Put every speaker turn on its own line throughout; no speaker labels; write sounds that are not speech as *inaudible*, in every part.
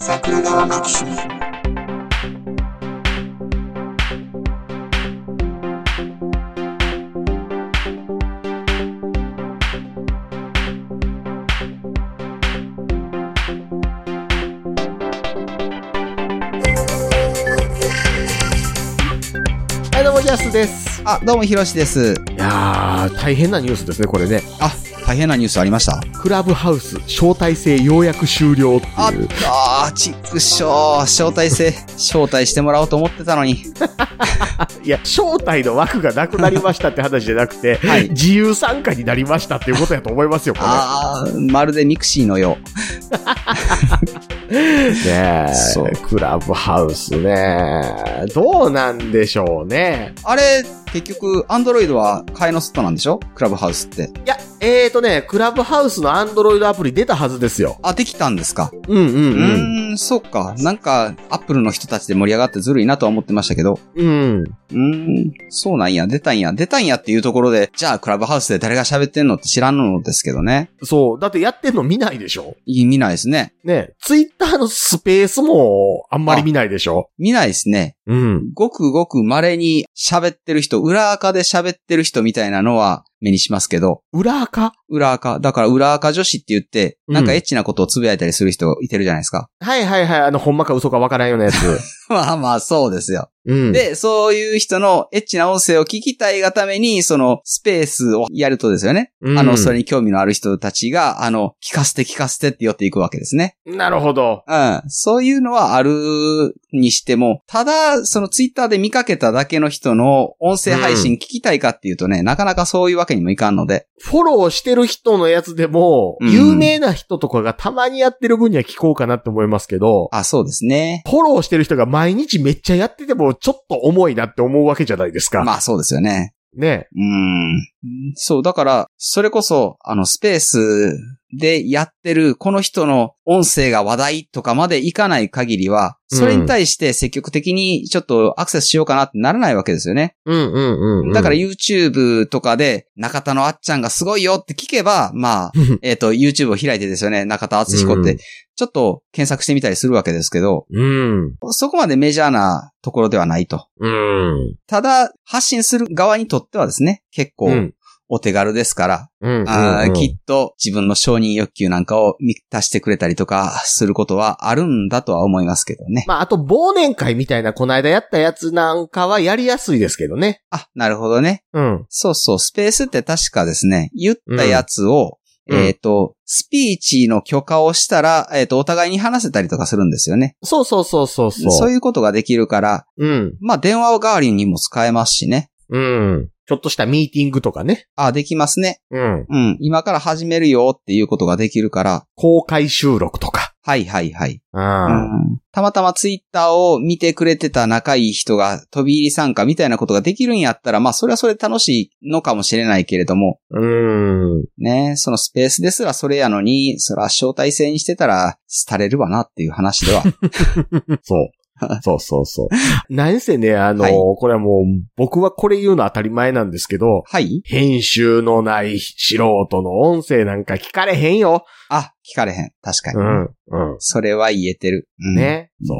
桜川マキシム
はい、どうも、ジャスです。
あ、どうも、ひろしです。
いやー、大変なニュースですね、これね。
あ、大変なニュースありました。
クラブハウス、招待制ようやく終了って
あ
いう。
あー、ちくしょう。招待制。 *laughs* 招待してもらおうと思ってたのに。
いや、招待の枠がなくなりましたって話じゃなく *laughs* て、
はい
自由参加になりましたっていうことやと思いますよ、これ。
あー、まるでミクシーのよ
ねえ
そう
クラブハウスねどうなんでしょうね
う。。あれ、結局、アンドロイドは替えのスットなんでしょクラブハウスって。
いや、えーとね、クラブハウスのアンドロイドアプリ出たはずですよ。
あ、できたんですか。
うんう
うーん、そうか。なんか、アップルの人たちで盛り上がってずるいなとは思ってましたけど。
うん。うん。
うーん、そうなんや。出たんや。出たんやっていうところで、じゃあ、クラブハウスで誰が喋ってんのって知らんのですけどね。
そう。だってやってんの見ないでしょ
い見ないですね。
ねツイッターのスペースもあんまり見ないでしょ
見ないですね。
うん。
ごくごく稀に喋ってる人、裏垢で喋ってる人みたいなのは目にしますけど、
裏垢
裏垢、だから裏垢女子って言って、
うん
なんかエッチなことをつぶやいたりする人いてるじゃないですか。 *laughs*
はいはいはい。あの、ほんまか嘘かわからんような *laughs* やつ。
まあまあ、そうですよ。
うん。、
で、そういう人のエッチな音声を聞きたいがために、そのスペースをやるとですよね。あの、それ。に興味のある人たちが、あの、聞かせて聞かせてって寄っていくわけですね。
なるほど。
うん。そういうのはあるにしても、ただ、そのツイッターで見かけただけの人の音声配信聞きたいかっていうとね、なかなかそういうわけにもいかんので。
フォローしてる人のやつでも、
うん
有名な人とかがたまにやってる分には聞こうかなって思いますけど、
あ、そうですね。
フォローしてる人が毎日めっちゃやってても、ちょっと重いなって思うわけじゃないですか。
まあそうですよね。
ね。
うん。そう、だから、それこそ、あの、スペースでやってる、この人の音声が話題とかまでいかない限りは、それに対して積極的にちょっとアクセスしようかなってならないわけですよね。
うんうんうん、
だ
*laughs*
から YouTube とかで、中田のあっちゃんがすごいよって聞けば、まあ、えっ、と、YouTube を開いてですよね、中田敦彦っ
うん
て、ちょっと検索してみたりするわけですけど、
うん。
そこまでメジャーなところではないと。
うん。
ただ、発信する側にとってはですね、結構
うん
お手軽ですから、
うん。
あー
うん
きっと自分の承認欲求なんかを満たしてくれたりとかすることはあるんだとは思いますけどね。
まあ、あと、忘年会みたいな、この間やったやつなんかはやりやすいですけどね。
あ、なるほどね。
うん。
そうそう、スペースって確かですね、言ったやつを、
うん
えっ、と、スピーチの許可をしたら、えっ、と、お互いに話せたりとかするんですよね。
そうそうそうそう
そう
そう。
いうことができるから、
うん。
まあ、電話を代わりにも使えますしね。
うん。ちょっとしたミーティングとかね。
あ、できますね。
うん。
うん。今から始めるよっていうことができるから、
公開収録とか。
はいはいはい。う
うん。
ん、たまたまツイッターを見てくれてた仲いい人が飛び入り参加みたいなことができるんやったら、まあ、それはそれで楽しいのかもしれないけれども、
うん。
ねそのスペースですらそれやのに、そら招待制にしてたら、廃れるわなっていう話
*laughs*
では。
そう。そうそ
*laughs*
うそう。なんせね、あの、
はい
これはもう、僕はこれ言うの当たり前なんですけど、
はい
編集のない素人の音声なんか聞かれへんよ。
あ、聞かれへん。確かに。
うん。う
それは言えてる。うん
ん。ね。そう。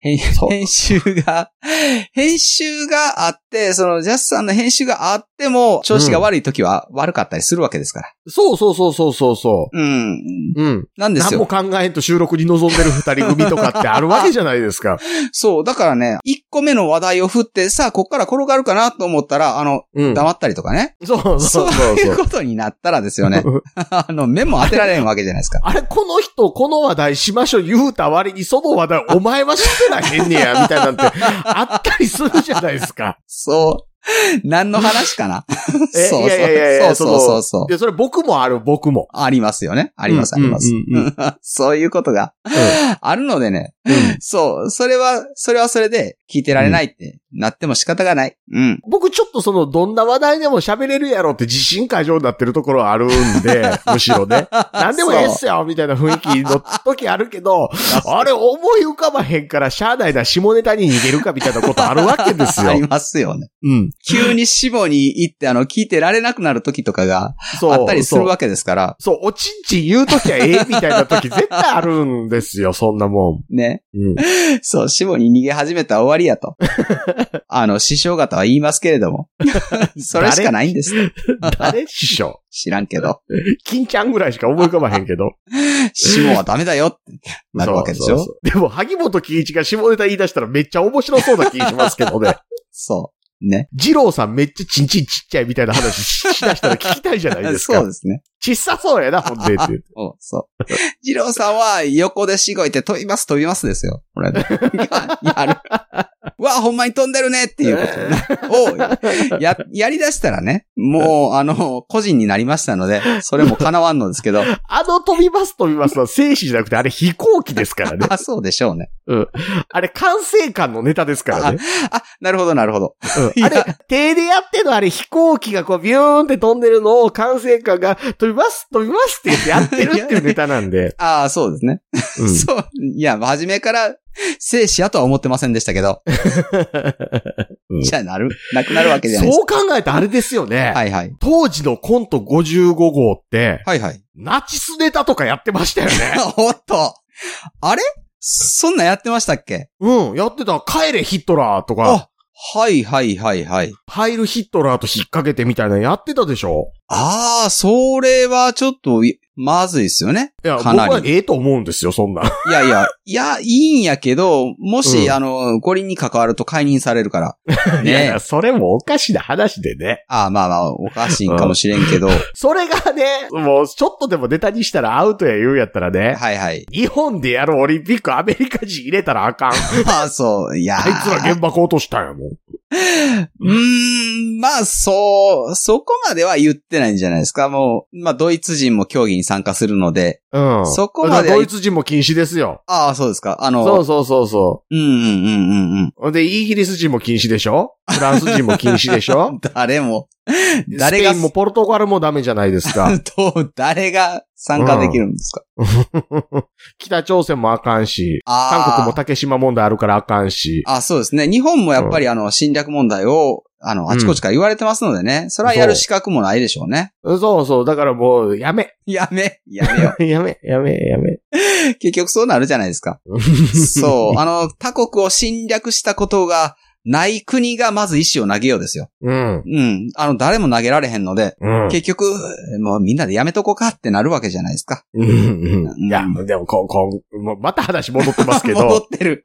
編
そう
編集が、 *laughs* 編集があって、そのジャスさんの編集があっても、調子が悪い時は悪かったりするわけですから。
そうそうそうそうそうそ
うん。
う。うん。
なんです
何も
よ。
考えんと収録に臨んでる二人組とかってあるわけじゃないですか。
そう。だからね、1個目の話題を振って、さあ、こっから転がるかなと思ったら、あの、
うん。
黙ったりとかね。
そうそう
そ
そうう
い
そうう。
ことになったらですよね。 *laughs* あの、目も当てられんわけじゃないですか。
あれ、この人、この話題しましょう言うた割に、その話題、お前は知ってらへんねや、みたいなんて、あったりするじゃないです *laughs* か。
そう。何の話かな
*laughs* え
そう
いやいやいやいや
そうそうそうそう
のいや、それ僕もある、僕も。
ありますよね。あります、あります *laughs*
うんうんうんう。
そういうことが
ん
あるのでね、そう、それは、それはそれで聞いてられないってなっても仕方がない。うん。
僕ちょっとその、どんな話題でも喋れるやろって自信過剰になってるところはあるん
*laughs*
で、むしろね。何でもええっすよみたいな雰囲気の時あるけど、 *laughs* あれ思い浮かばへんから、しゃあないな、下ネタに逃げるかみたいなことあるわけです
あり
よ。
ますよね。
うん。
急に死亡に行って、あの、聞いてられなくなる時とかが
そう。
あったりする
そう
わけですから、
そう、おちんちん言うときはええみたいなとき絶対あるんですよ、 *laughs* そんなも
ね。
ん。うん。
そう、死亡に逃げ始めたら終わりや
*laughs*
と。あの、師匠方は言いますけれども。それしかないんです。
誰師匠。
知らんけど。
金ちゃんぐらいしか思い浮かばへんけど。
死亡はダメだよってなるわけでしょ。
そうそうそうでも、萩本欽一が下ネタ言い出したらめっちゃ面白そうな気しますけ
*laughs*
どね。
そう。ね。
二郎さんめっちゃチンチンちっちゃいみたいな話ししだしたら聞きたいじゃないですか。
*laughs* そうですね。
ちっさそうやな、ほんでって。
そう
*laughs*
そう。二郎さんは横でしごいて飛びます飛びますですよ。これ
*laughs*
ね。やる。うわ、ほんまに飛んでるねっていうことを、や、やりだしたらね、もう、あの、個人になりましたので、それも叶わんのですけ
*laughs*
ど、
あの飛びます飛びますは静止じゃなくて、あれ飛行機ですからね。
あ、そうでしょうね。
あれ管制官のネタですからね。
あ、なるほど、なるほど。
うんあれ、手でやってんのあれ飛行機がこうビューンって飛んでるのを管制官が飛びます飛びますって言ってやってるっていうネタな
*laughs*
んで。
ああ、そうですね。
うん
そう。いや、初めから、生死やとは思ってませんでしたけど、
*laughs* うん
じゃあなる、なくなるわけじゃないです
そう考えたらあれですよね。
か。はいはい。
当時のコント55号って、
はいはい。
ナチスネタとかやってましたよね。
*laughs* おっと。あれそんなんやってましたっけ
うん、やってた。帰れヒットラーとか、
あ、はいはいはいはい。
入るヒットラーと引っ掛けてみたいなのやってたでしょ
ああ、それはちょっとい、まずいですよね。
いや、僕
かなり
はええと思うんですよ、そんなん。
いやいや、いや、いいんやけど、もし、
うん
あの、五輪に関わると解任されるから。
*laughs* いやい
*laughs* ね
や、それもおかしな話でね。
ああ、まあまあ、おかしいんかもしれん
*laughs*
けど。は
それがね、もうちょっとでもネタにしたらアウトや言うんやったらね、
いはい。
日本でやるオリンピックアメリカ人入れたら
*laughs*
あかん。
ああ、そう、いやー。
あいつら原爆落としたんやもん。
うーん、まあ、そう、そこまでは言ってないんじゃないですか。もう、まあ、ドイツ人も競技に参加するので。
うん。
そこまでは
だからドイツ人も禁止ですよ。
ああ、そうですか。あの、
そうそうそうそ
うんうんうんうんうん。
う。ほんで、イギリス人も禁止でしょフランス人も禁止でしょ
誰も、 *laughs* 誰が
スペインもポルトガルもダメじゃないですか。
*laughs* どう、誰が参加できるんですか、
北朝鮮もあかんし、
あー
韓国も竹島問題あるからあかんし。
あ、そうですね。日本もやっぱりあの、侵略問題を、あの、あちこちから言われてますのでね。それはやる資格もないでしょうね。
そうそう、だからもう、やめ、
やめ、やめよ。
*laughs* やめ、やめ、やめ。
結局そうなるじゃないです
*laughs*
か。そう。あの、他国を侵略したことがない国がまず石を投げようですよ。
うん。
うん。あの、誰も投げられへんので、
うん。
結局、もうみんなでやめとこうかってなるわけじゃないですか。
うんうんいや
う、
でも、こ、こ、もうまた話戻ってますけ
*laughs* 戻っ
ど。
てる。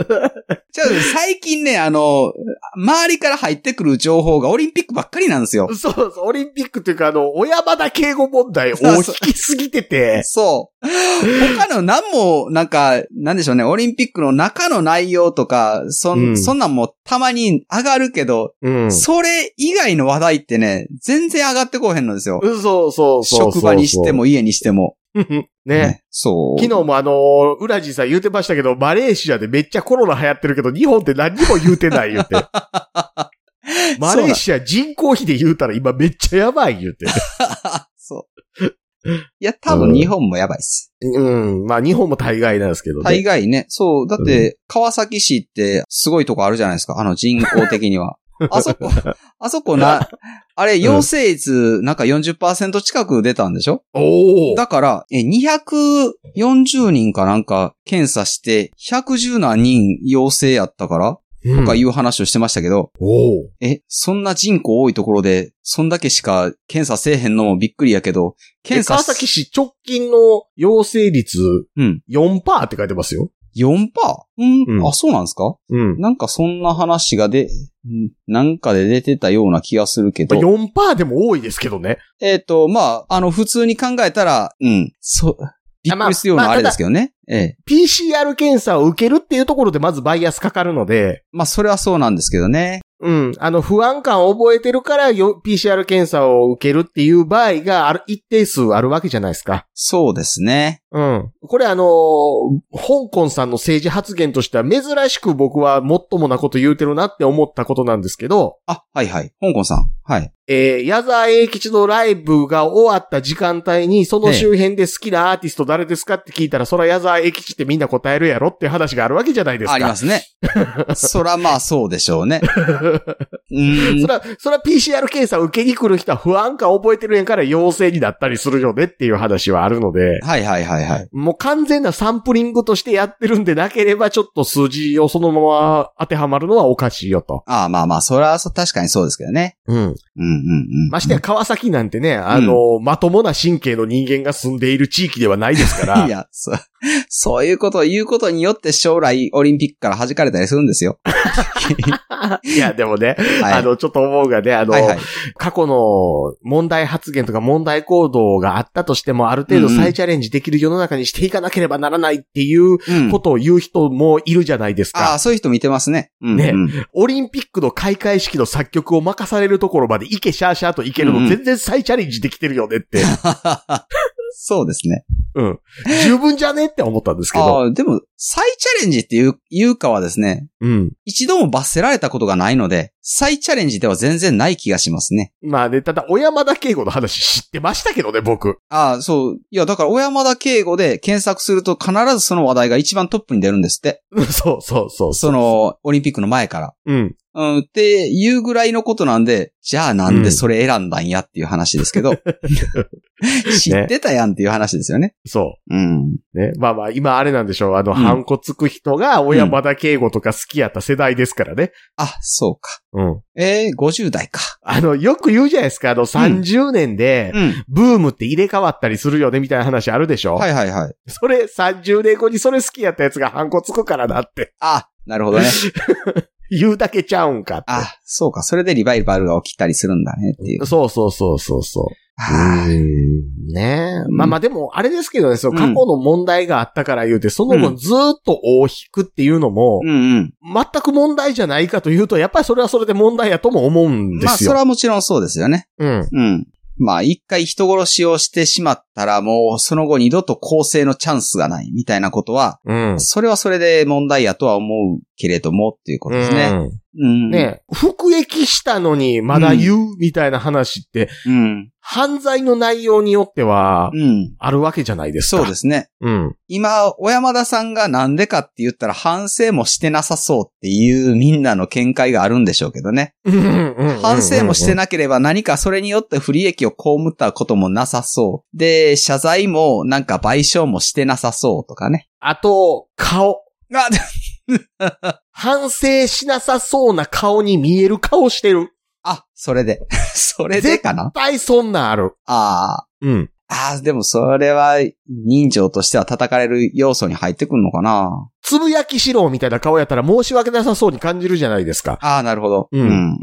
ちょっと最近ね、あの、周りから入ってくる情報がオリンピックばっかりなんですよ。
そうそう、オリンピックっていうか、あの、小山田敬語問題を引きすぎてて、
そう。他の何も、なんか、なんでしょうね、オリンピックの中の内容とか、そ,、、
うんん
そんなんもたまに上がるけど、
うんそ
それ以外の話題ってね、全然上がってこうへんのですよ。
うそうそうそう。
職場にして。も家にしても。
ね。
そう。
昨日もあの、ウラジさん言うてましたけど、マレーシアでめっちゃコロナ流行ってるけど、日本って何にも言うてない *laughs* 言うて。マレーシア人口比で言うたら今めっちゃやばい言うて。
そう。いや、多分日本もやばいっす。
うん。まあ日本も大概なんですけど
大
ね。
概ね。そう。だって、川崎市ってすごいとこあるじゃないですか。あの人口的には。
*laughs*
あそこ、あそこな、あれ、陽性率なんか40%近く出たんでしょ
おお。
だから、え、240人かなんか検査して、110何人陽性やったから
うん
とかいう話をしてましたけど、
おお。
え、そんな人口多いところで、そんだけしか検査せえへんのもびっくりやけど、
え
検査
川崎市直近の陽性率
うん。
4%って書いてますよ。
4%? うん、
うん
あ、そうなんですか
うん。
なんかそんな話がで、んなんかで出てたような気がするけど。
4%でも多いですけどね。
えっ、と、まあ、あの、普通に考えたら、うん。そう、びっくりするよう
ま
な
あ
あれですけどね。ええ。
PCR 検査を受けるっていうところでまずバイアスかかるので、
まあ、それはそうなんですけどね。
うん。あの、不安感を覚えてるからよ、PCR 検査を受けるっていう場合が、ある、一定数あるわけじゃないですか。
そうですね。
うん。これあのー香港さんの政治発言としては珍しく僕はもっともなこと言うてるなって思ったことなんですけど、
あ、はいはい。香港さん。はい。
えー、矢沢永吉のライブが終わった時間帯に、その周辺で好きなアーティスト誰ですかって聞いたら、そら矢沢永吉ってみんな答えるやろっていう話があるわけじゃないですか。
あります
*laughs*
ね。そらまあそうでしょうね。うー
そ
ん。
ら、そら PCR 検査を受けに来る人は不安感を覚えてるんやから陽性になったりするよねっていう話はあるので、
はいはいはいはい。
もう完全なサンプリングとしてやってるんでなければ、ちょっと数字をそのまま当てはまるのはおかしいよと。
ああまあまあ、そら、そ確かにそうですけどね。
うん。
うんうんうん。
ましてや川崎なんてね、あの、まともな神経の人間が住んでいる地域ではないですか
*laughs*
ら。
いや、そ、そういうことを言うことによって将来オリンピックから弾かれたりするんですよ。
いや、でもね、
はい。
あの、ちょっと思うがね、あの、
はいはい。
過去の問題発言とか問題行動があったとしても、ある程度再チャレンジできる世の中にしていかなければならないっていう
うん
こ。とを言う人もいるじゃないです
あ
か。
あ、そういう人見てますね。うん、
ね
うん
オリンピックの開会式の作曲を任されるところまでいけシャーシャーといける
うんう
の
ん
全然再チャレンジできてるよ
*laughs*
ねって。
そうですね。
うん。十分じゃねって思ったんですけ
あ
ど。
あ、でも、再チャレンジっていう、いうかはですね、
うん。
一度も罰せられたことがないので、再チャレンジでは全然ない気がしますね。
まあね、ただ、小山田敬吾の話知ってましたけどね、僕。 *laughs*
ああ、そう。いや、だから、小山田敬吾で検索すると必ずその話題が一番トップに出るんですって。
そうそうそう。
そ、の、オリンピックの前から。
うん。
うん、っていうぐらいのことなんで、じゃあなんでそれ選んだんやっていう話ですけ *laughs* ど。知ってたやんっていう話ですよね。
そう。
うん。
ね。まあまあ、今あれなんでしょう。あの、
ん
ハンコつく人が、小山田敬吾とか好きやった世代ですからね。
あ、そうか。
うん。
えー、50代か。
あの、よく言うじゃないですか。あの、30年で、
うん。
ブームって入れ替わったりするよね、みたいな話あるでしょ
はいはいはい。
それ、30年後にそれ好きやったやつがハンコつくからだって、 *laughs*
あ、なるほどね。
言うだけちゃうんかって。
あ、そうか。それでリバイバルが起きたりするんだねっていう。
そうそうそうそうそう。
あ
うんねえ。
うん
まあまあでも、あれですけどね、その過
うん
去の問題があったから言うて、その後ずーっと大引くっていうのも
ーう、んうん。
全く問題じゃないかというと、やっぱりそれはそれで問題やとも思うんで
まあ、
す
そ
よ。
れはもちろんそうですよね。
うん。
うん。まあ、一回人殺しをしてしまったら、もう、その後二度と更生のチャンスがないみたいなことは、
うん。
それはそれで問題やとは思うけれどもっていうことですね。うん。
うん。ねえ服役したのにまだ言う、みたいな話って、
うん。
犯罪の内容によっては、
うん。
あるわけじゃないです
そ
か。
うですね。
うん。
今、小山田さんがなんでかって言ったら反省もしてなさそうっていうみんなの見解があるんでしょうけどね。
うん。
反省もして
ない。
なければ何かそれによって不利益を被ったこともなさそう。で、謝罪もなんか賠償もしてなさそうとかね。
あと、顔。
あ、で
反省しなさそうな顔に見える顔してる。
あ、それで。 *laughs* それでかな
大そんなんある。
あー
うん。
あー、でもそれは人情としては叩かれる要素に入ってくるのかな
つぶやきしろみたいな顔やったら申し訳なさそうに感じるじゃないですか。
ああ、なるほど。
うん
うん、うん、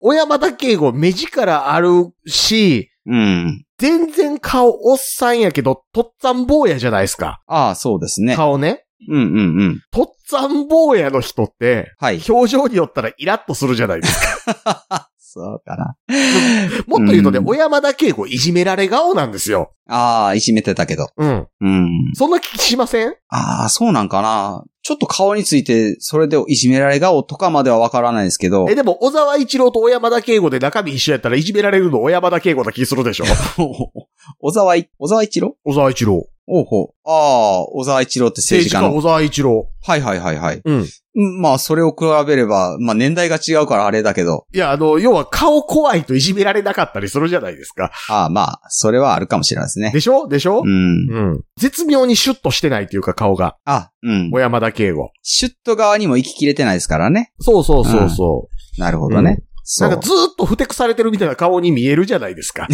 小山田敬吾目力あるし、
うん。うん。
全然顔おっさんやけど、とっつぁん坊やじゃないですか。
ああ、そうですね。
顔ね。
うん、うん、うん。
とっつぁん坊やの人って、
はい。
表情によったらイラッとするじゃない
*laughs*
ですか。
そうかな。 *laughs*
もっと言うとね、
うん
小山田敬吾いじめられ顔なんですよ。
ああ、いじめてたけど。
うん。
うん。
そんな気しません
ああ、そうなんかな。ちょっと顔について、それでいじめられ顔とかまではわからないですけど
え、、でも、小沢一郎と小山田敬吾で中身一緒やったらいじめられるの小山田敬吾な気するでしょ
小沢い、 *laughs* 小沢一郎
小沢一郎。
おうほう。ああ、小沢一郎って
政
政
治
治
家
家の。
小沢一郎。
はいはいはいはい。
うん。
うんまあ、それを比べれば、まあ年代が違うからあれだけど、
いや、あの、要は顔怖いといじめられなかったりするじゃないですか。
ああまあ、それはあるかもしれないですね。
でしょでしょ
うん。
うん。絶妙にシュッとしてないというか顔が。
あ、うん
小。山田敬吾。
シュッと側にも行ききれてないですからね。
そうそうそうそう。
なるほどね。そう
なんかずーっとふてくされてるみたいな顔に見えるじゃないですか。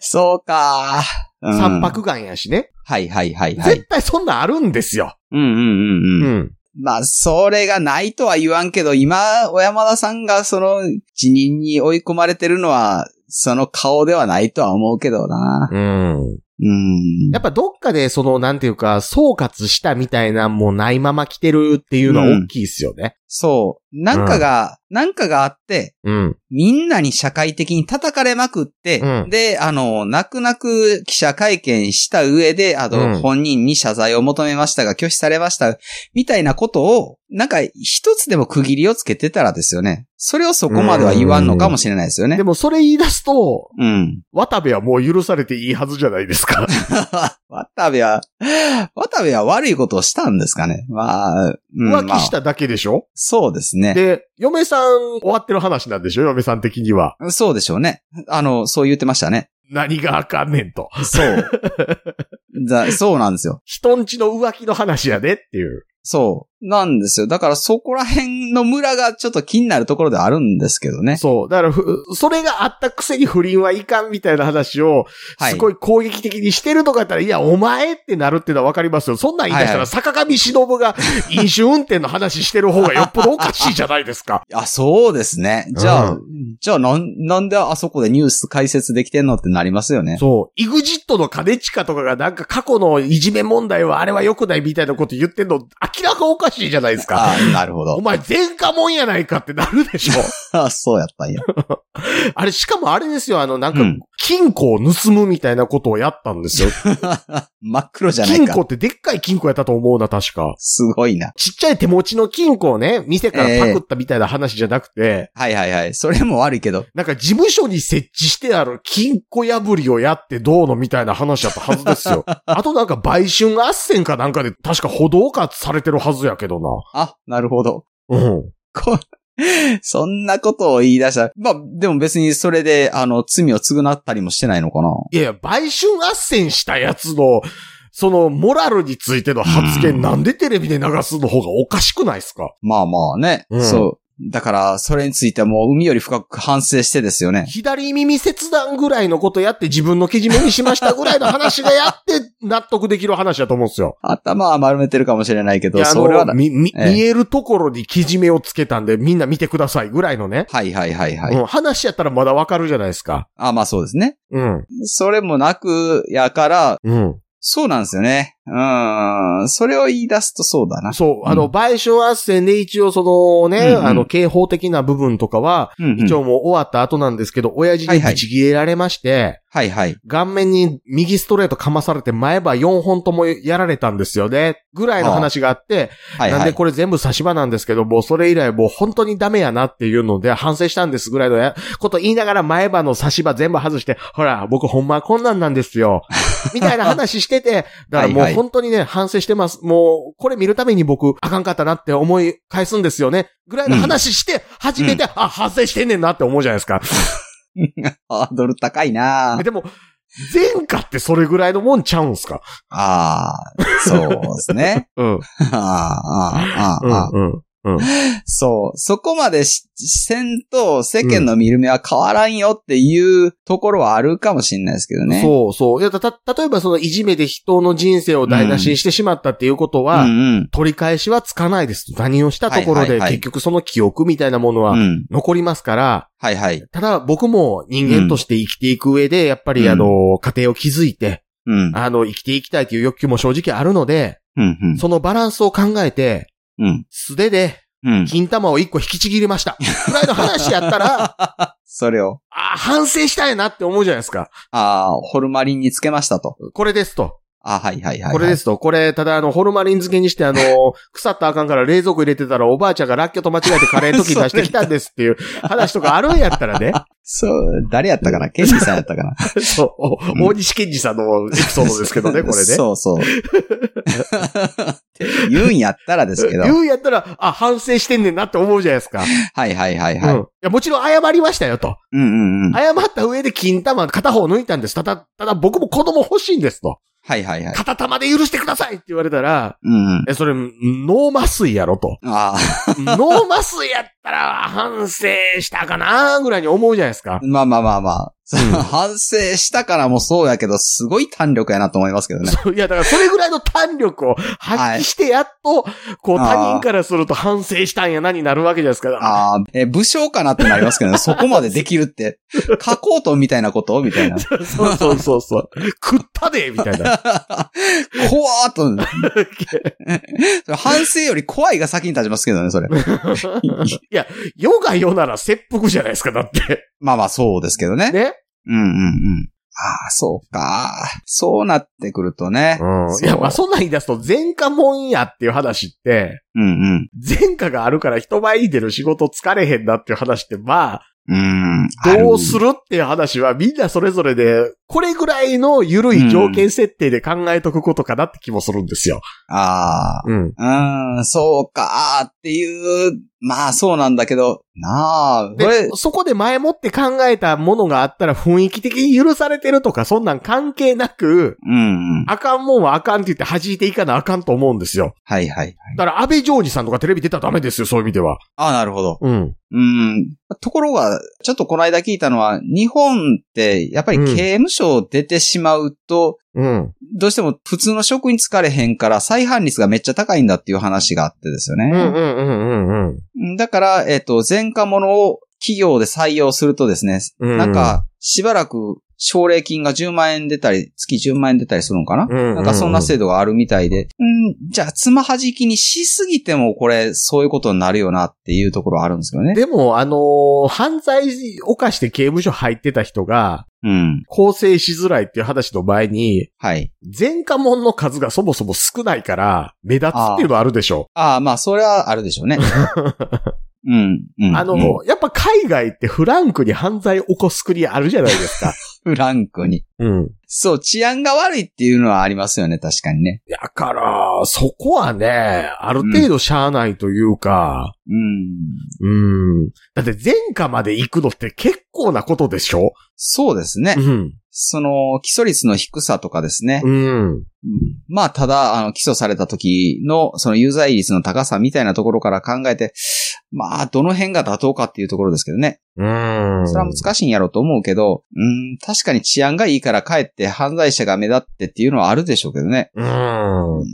そうか。うん
三白眼やしね。
はいはいはいはい。
絶対そんなんあるんですよ。
うんうんうんうん。
ん。
まあ、それがないとは言わんけど、今、小山田さんがその辞任に追い込まれてるのは、その顔ではないとは思うけどな。
うん。
うん。
やっぱどっかでその、なんていうか、総括したみたいなんもないまま来てるっていうのは大きいっすよね。
そう。なんかが、なんかがあって、
うん。
みんなに社会的に叩かれまくって、
うん
で、あの、泣く泣く記者会見した上で、あの、
うん
本人に謝罪を求めましたが拒否されました、みたいなことを、なんか一つでも区切りをつけてたらですよね。それをそこまでは言わんのかもしれないですよね
で。もそれ言い出すと、
うん。
渡部はもう許されていいはずじゃないですか。
*laughs* 渡部は、渡部は悪いことをしたんですかね。まあ、うん
浮
まあ
気しただけでしょ、
そうですね。
で、嫁さん終わってる話なんでしょ嫁さん的には。
そうでしょうね。あの、そう言ってましたね。
何があかんねんと。 *laughs*
そう。だそうなんですよ。
人んちの浮気の話やでっていう。
そう。なんですよ。だからそこら辺の村がちょっと気になるところではあるんですけどね。
そう。だからふ、それがあったくせに不倫はいかんみたいな話を、
はい
すごい攻撃的にしてるとかやったら、い、や、お前ってなるってのはわかりますよ。そんなん言い出した
はいは
ら、
い
坂上忍が飲酒運転の話してる方がよっぽどおかしいじゃないですか。
あ、そうですね。じゃあ、
う
じゃあなん、なんであそこでニュース解説できてんのってなりますよ *laughs* ね。
そう。イグジットの金近とかがなんか過去のいじめ問題はあれは良くないみたいなこと言ってんの、明らかおかしいじゃないですか。
あなるほ
お
ど。
前前科もんやないかってなるでしょ。
あそうやったんや。
あれ、しかもあれですよ、あの、なんか
うん、 *laughs*
金庫を盗むみたいなことをやったんですよ。
真っ黒じゃない
金
か
庫。ってでっかい金庫やったと思うな、確か。
すごいな。
ちっちゃい手持ちの金庫をね、店からパクったみたいな話じゃなくて、
はいはいはい。それも悪いけど。
なんか事務所に設置してある金庫破りをやってどうのみたいな話だったはずで
*laughs*
すよ。あとなんか売春斡旋かなんかで確か歩道化されてるはずやけど
あ、なるほど。
な。うん。
こそんなことを言い出した。まあ、でも別にそれで、あの、罪を償ったりもしてないのかな。
いやいや、売春斡旋したやつの、その、モラルについての
う
発
ん
言なんでテレビで流すの方がおかしくないですか
まあまあね。
うん
そう。だから、それについてはもう海より深く反省してですよね。
左耳切断ぐらいのことやって自分のけじめにしましたぐらいの話がやって納得できる話だと思うんですよ。
頭は丸めてるかもしれないけ
い
ど、
や、あ
それは
の、
だ。
み、み、
ええ
見えるところにけじめをつけたんでみんな見てくださいぐらいのね。
はいはいはいはい。
うん、話やったらまだわかるじゃないですか。
あ、まあそうですね。
うん。
それもなく、やから、
うん。
そうなんですよね。うーん。それを言い出すとそうだな。
そうう、
ん
あの、賠償斡旋で一応その
う
ね、
んうん
あの、刑法的な部分とかは、
うんうん
一応もう終わった後なんですけど、親父にぶち切れられまして、
はいはい。
顔面に右ストレートかまされて前歯4本ともやられたんですよね。ぐらいの話があって、
はい
なん
は
で
い。
これ全部差し歯なんですけど、もうそれ以来もう本当にダメやなっていうので反省したんですぐらいのや *laughs* こと言いながら前歯の差し歯全部外して、ほら、僕ほんまはこんなんなんですよ。みたいな話してて、だからもう
*laughs* はいはい
本当にね、反省してます。もう、これ見るたびに僕、あかんかったなって思い返すんですよね。ぐらいの話して、初めて、あ、反省してんねんなって思うじゃないですか。
ハードル高いな
でも、前科ってそれぐらいのもんちゃうんすか
ああ、そうですね。
うん。
あーあー、あー
うん。
あー、
うん。
そう。そこまでし、せんと、世間の見る目は変わらんよっていうところはあるかもしれないですけどね。う。
そうそう。いや、た、た例えばそのいじめで人の人生を台無しにしてしまったっていうことは、
んうん。
取り返しはつかないです。何をしたところ
はいはい
で
はい
結局その記憶みたいなもの
う
は
ん。
残りますから、
はいはい。
ただ僕も人間として生きていく上で、やっぱりあの、家庭を築いて、
うん。
あの、生きていきたいという欲求も正直あるので、
うん。うん
そのバランスを考えて、
うん。
素手で
うん。
金玉を一個引きちぎりました。ぐらいの話やった
*laughs*
ら、
それを、
あ反省したいなって思うじゃないですか。
ああ、ホルマリンにつけましたと。
これですと。
あはいはいはい、はい。
これですと。これ、ただあの、ホルマリン漬けにしてあ
*laughs*
の、腐ったらあかんから冷蔵庫入れてたらおばあちゃんがラッキョと間違えてカレーの時出してきたんです
*laughs*
っていう話とかあるんやったらね。
そう、誰やったかなケンジさんやった
*laughs*
かな
そう、お大西健二さんのエピソードですけどね、これ
*laughs*
ね。
そうそう。って言うんやったらですけど。
言うんやったら、あ、反省してんねんなって思うじゃないですか。
はいはいはいはい。
うん。いや、もちろん謝りましたよと。
うんうんうん。
謝った上で金玉片方抜いたんです。ただ、ただ僕も子供欲しいんですと。
はいはいはい。
片玉で許してくださいって言われたら、
うんうん。
え、それ、脳麻酔やろと。
ああ、
ノーマスやったら反省したかなぐらいに思うじゃないですか。
まあまあまあまあ。その *laughs* 反省したからもそうやけど、すごい弾力やなと思いますけどね。
そういや、だからそれぐらいの弾力を発揮して、やっと、こう、
あー
他人からすると反省したんやなになるわけじゃないですか。
ああ、え、武将かなってなりますけどね、そこまでできるって。書こうとみたいなことみたいな。
*laughs* そうそうそうそう。食ったでみたい *laughs* な。
怖ーっと。それ反省より怖いが先に立ちますけどね、それ。
いや、世が世なら切腹じゃないですか、だって。
まあまあそうですけどね。
ね。
うんうんうん。ああ、そうか。そうなってくるとね。
うん。いや、まあ、そんなん言い出すと、前科もんやっていう話って、
うん
前科があるから人前に出る仕事疲れへんなっていう話って、ま
うん。うん。
あ、どうす
る
るっていう話はみんなそれぞれで、これぐらいの緩い条件設定で考えとくことかなって気もするんですよ。
あ
うん。
あ。うん、そうかーっていう。まあそうなんだけど。なあ、これ
で、、そこで前もって考えたものがあったら雰囲気的に許されてるとか、そんなん関係なく、
うんうん。
あかんもんはあかんって言って弾いていかなあかんと思うんですよ。
はいはい。
だから、安倍ジョージさんとかテレビ出たらダメですよ、そういう意味では。
ああ、なるほど。
うん。
うん。ところが、ちょっとこの間聞いたのは、日本って、やっぱり
う
刑
ん
務所を出てしまうと、
うん。
どうしても普通の職に疲れへんから再犯率がめっちゃ高いんだっていう話があってですよね。
うんうんうんうんうん。
だから、えっ、と、前科者を企業で採用するとですね、
うん
なんか、しばらく奨励金が10万円出たり、月10万円出たりするのかな、
うんうんうん
なんかそんな制度があるみたいで、うん、じゃあ、つまはじきにしすぎても、これ、そういうことになるよなっていうところはあるんですよね。
でも、あのー犯罪を犯して刑務所入ってた人が、
うん。
更生しづらいっていう話の前に、
はい。
前科者の数がそもそも少ないから、目立つっていうのはあるでしょ
ああ、まあ、それはあるでしょう *laughs* ね。うん。う
う。
ん、
あの、
うん
やっぱ海外ってフランクに犯罪起こす国あるじゃないですか。
フランクに。
うん。
そう、治安が悪いっていうのはありますよね、確かにね。
だから、そこはね、ある程度しゃあないというか、
うん。
うん。だって前科まで行くのって結構なことでしょ
そうですね。
ん。
その、基礎率の低さとかですね。
うん。
まあ、ただ、あの、起訴された時の、その有罪率の高さみたいなところから考えて、まあ、どの辺が妥当かっていうところですけどね。
うん。
それは難しいんやろうと思うけど、うん、確かに治安がいいからかえって犯罪者が目立ってっていうのはあるでしょうけどね。
うん
う。ん、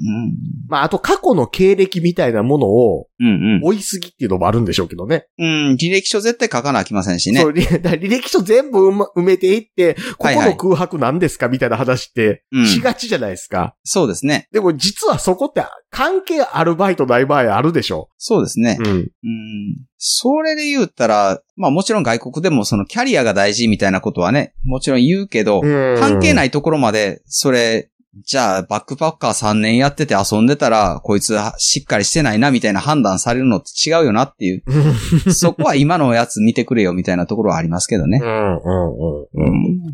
まあ、あと過去の経歴みたいなものを
うん、
追いすぎっていうのもあるんでしょうけどね。
うん。うん、履歴書絶対書かなあきませんしね
そ。う、り *laughs* だから履歴書全部埋ま埋めていって、ここ
はいは
の
い
空白なんですかみたいな話って
うん
しがちじゃないですか。
そうですね。
でも実はそこって関係ある場合とない場合あるでしょ
そうですね。
うん。
うん。それで言ったら、まあもちろん外国でもそのキャリアが大事みたいなことはね、もちろん言うけど、関係
い。
ないところまで、それ、じゃあ、バックパッカー3年やってて遊んでたら、こいつはしっかりしてないな、みたいな判断されるのって違うよなっていう。
うん *laughs*
そこは今のやつ見てくれよ、みたいなところはありますけどね
う。んうんう
う
ん。
ん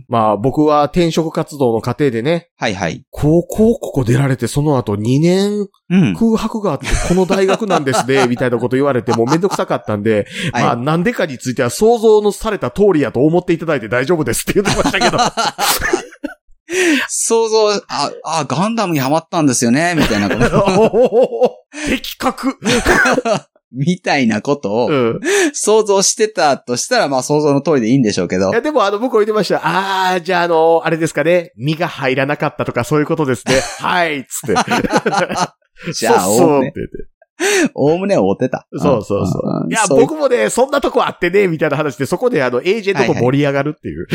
まあ僕は転職活動の過程でね、
はいはい。
高校ここ出られてその後2年
うん。
空白があってこの大学なんで
*laughs*
すね、みたいなこと言われてもうめんどくさかったんで、まあ、
は
なんでかについては想像のされた通りやと思っていただいて大丈夫ですって言ってましたけど。
い。想像、あ、あ、ガンダムにハマったんですよね、みたいな
*laughs*
こと。
的確、
みたいなこと
う
を
ん、い
想像してたとしたら、まあ想像の通りでいいんでしょうけど。
や、でもあの、僕は言ってました。あー、じゃああの、あれですかね。身が入らなかったとかそういうことです
*laughs*
ね。はい、つって。
じゃあ、
そう
お
そ
お
うっ
む
て
ね、
言って。
おおむね追ってた。
そうそうそ
うん。うん
いや、
そういう
僕もね、そんなとこあってね、みたいな話で、そこであの、エージェントと盛り上がるっていう。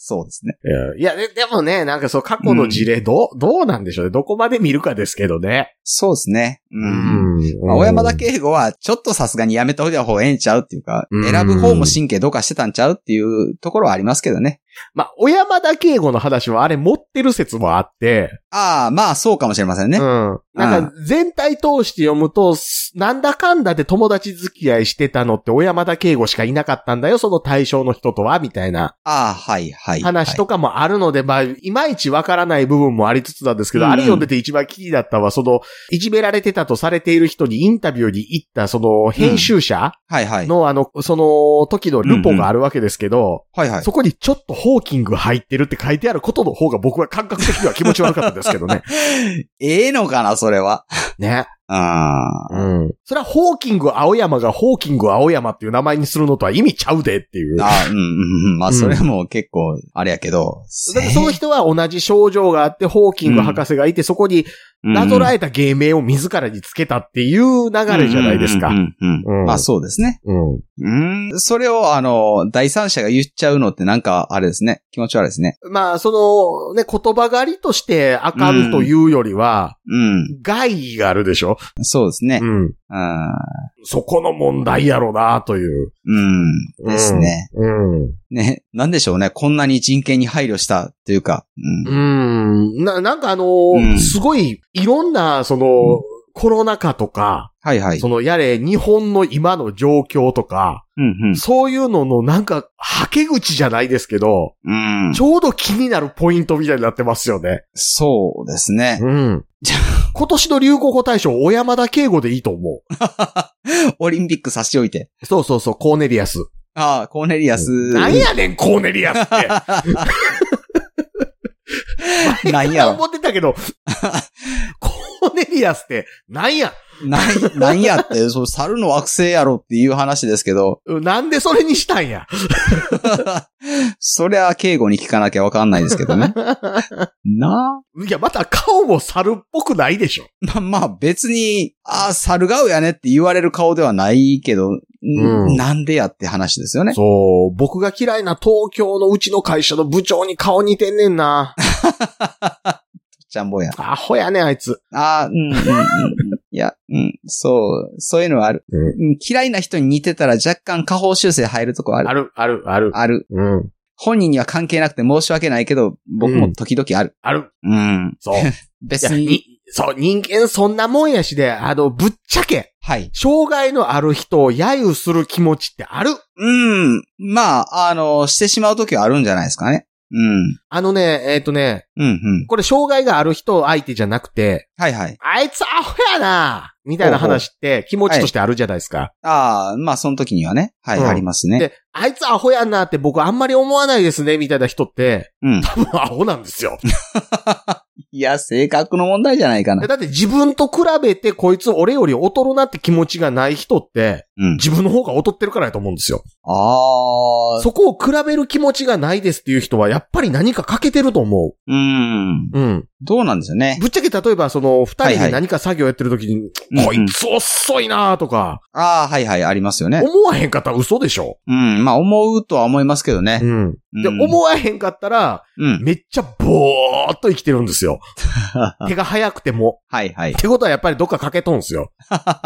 そうですね。
いや、ででもね、なんかそう、過去の事例、どう、どうなんでしょうね。どこまで見るかですけどね。
そうですね。うん。
うん
青山田敬吾は、ちょっとさすがにやめた方がええんちゃうっていうか、
うん
選ぶ方も神経どうかしてたんちゃうっていうところはありますけどね。
まあ、小山田敬吾の話はあれ持ってる説もあって、
ああ、まあそうかもしれませんね。
うん。なんか全体通して読むと、すなんだかんだで友達付き合いしてたのって小山田敬吾しかいなかったんだよ、その対象の人とは、みたいな
ああ、はい、はい。
話と
か。
かもあるので、まあ、いまいちわからない部分もありつつなんですけど、
うん
あれ読んでて一番気になったのは、その、いじめられてたとされている人にインタビューに行った、その、編集者
はい、はい。
の、あの、その時のルポがあるわけですけど、
はい、はい。
そこにちょっとホーキング入ってるって書いてあることの方が僕は感覚的には気持ち悪かったですけどね。
ええのかな、それは。
ね。
ああ。
うん。それはホーキング青山がホーキング青山っていう名前にするのとは意味ちゃうでっていう。だ
あうんうんうん。まあ、それも結構、あれやけど。
からその人は同じ症状があって、ホーキング博士がいて、そこになぞら
え
えた芸名を自らにつけたっていう流れじゃないですか。
う
うん
んうんうん
うん
まあ、そうですね。うん。それを、あの、第三者が言っちゃうのってなんか、あれですね。気持ち悪いですね。
まあ、その、ね、言葉狩りとしてあかんというよりは、
うん。
害があるでしょ
そうですね
う。ん。
うん。
そこの問題やろなという。
うん。ですね。
うん。う
ね。なんでしょうね。こんなに人権に配慮したというか。うん。
ん。な、なんかあの
う
ー
ん
すごい、いろんな、その、
うん
コロナ禍とか、
はいはい。
そのやれ、日本の今の状況とか、
うん
そういうののなんか、はけ口じゃないですけど、
うん。うん
ち。ょうど気になるポイントみたいになってますよね。
そうですね。
うん。今年の流行語大賞、小山田敬吾でいいと思
オリンピック差し置いて。
う。 *laughs* そうそうそう、コーネリアス。
ああ、コーネリアス。
なんやねん、コーネリアス *laughs* って。
なんやろ
思ってた *laughs* けど、コーネリアスって、なんや、
なんなんやって、そう、猿の惑星やろっていう話ですけど、
なんでそれにしたんや。
そりゃ、敬語に聞かなきゃわかんないですけど
*laughs*
ね。ない
や、また顔も猿っぽくないでしょ。
あま、まあ別に、ああ、猿顔やねって言われる顔ではないけど、ん
うん
なんでやって話ですよね。
そう、僕が嫌いな東京のうちの会社の部長に顔似てんねんな。
ジャンボや。
アホやねん、あいつ。
ああ、うん、うん、うんうん。いや、うん、そう、そういうのはある。うん嫌いな人に似てたら若干下方修正入るとこある。
ある、ある、ある。
ある。
うん。
本人には関係なくて申し訳ないけど、僕も時々ある。
ある。
うん。 *laughs*
そう。
別
いや
に。
にそう、人間そんなもんやしで、あの、ぶっちゃけ、
はい。
障害のある人を揶揄する気持ちってある。
うん。まあ、あの、してしまうときはあるんじゃないですかね。うん。
あのね、えっ、とね、
うん、うん。
これ障害がある人相手じゃなくて、
はいはい。
あいつアホやなみたいな話って気持ちとしてあるじゃないですか。
ああ、まあ、その時にはね。はい、
うん
ありますね。
で、あいつアホやなって僕あんまり思わないですね、みたいな人って、
うん。
多分アホなんで
*laughs*
すよ。
いや、性格の問題じゃないかな。
だって自分と比べてこいつ俺より劣るなって気持ちがない人って、
うん。
自分の方が劣ってるからやと思うんですよ。
ああ、
そこを比べる気持ちがないですっていう人はやっぱり何か欠けてると思
うん。
う。うん。
どうなんですよね。
ぶっちゃけ例えばその二
はい
人
はい
で何か作業やってる時に、
うんうん
こいつ遅いなとか、
ああ、はいはい、ありますよね。
思わへんかったら嘘でしょ。
うん。まあ、思うとは思いますけどね
う。ん。で、
うん
思わへんかったら、
うん。
めっちゃぼーっと生きてるんですよ。手が早くても。
はいはい
っ。てことはやっぱりどっか欠けとん
*laughs*
すよ。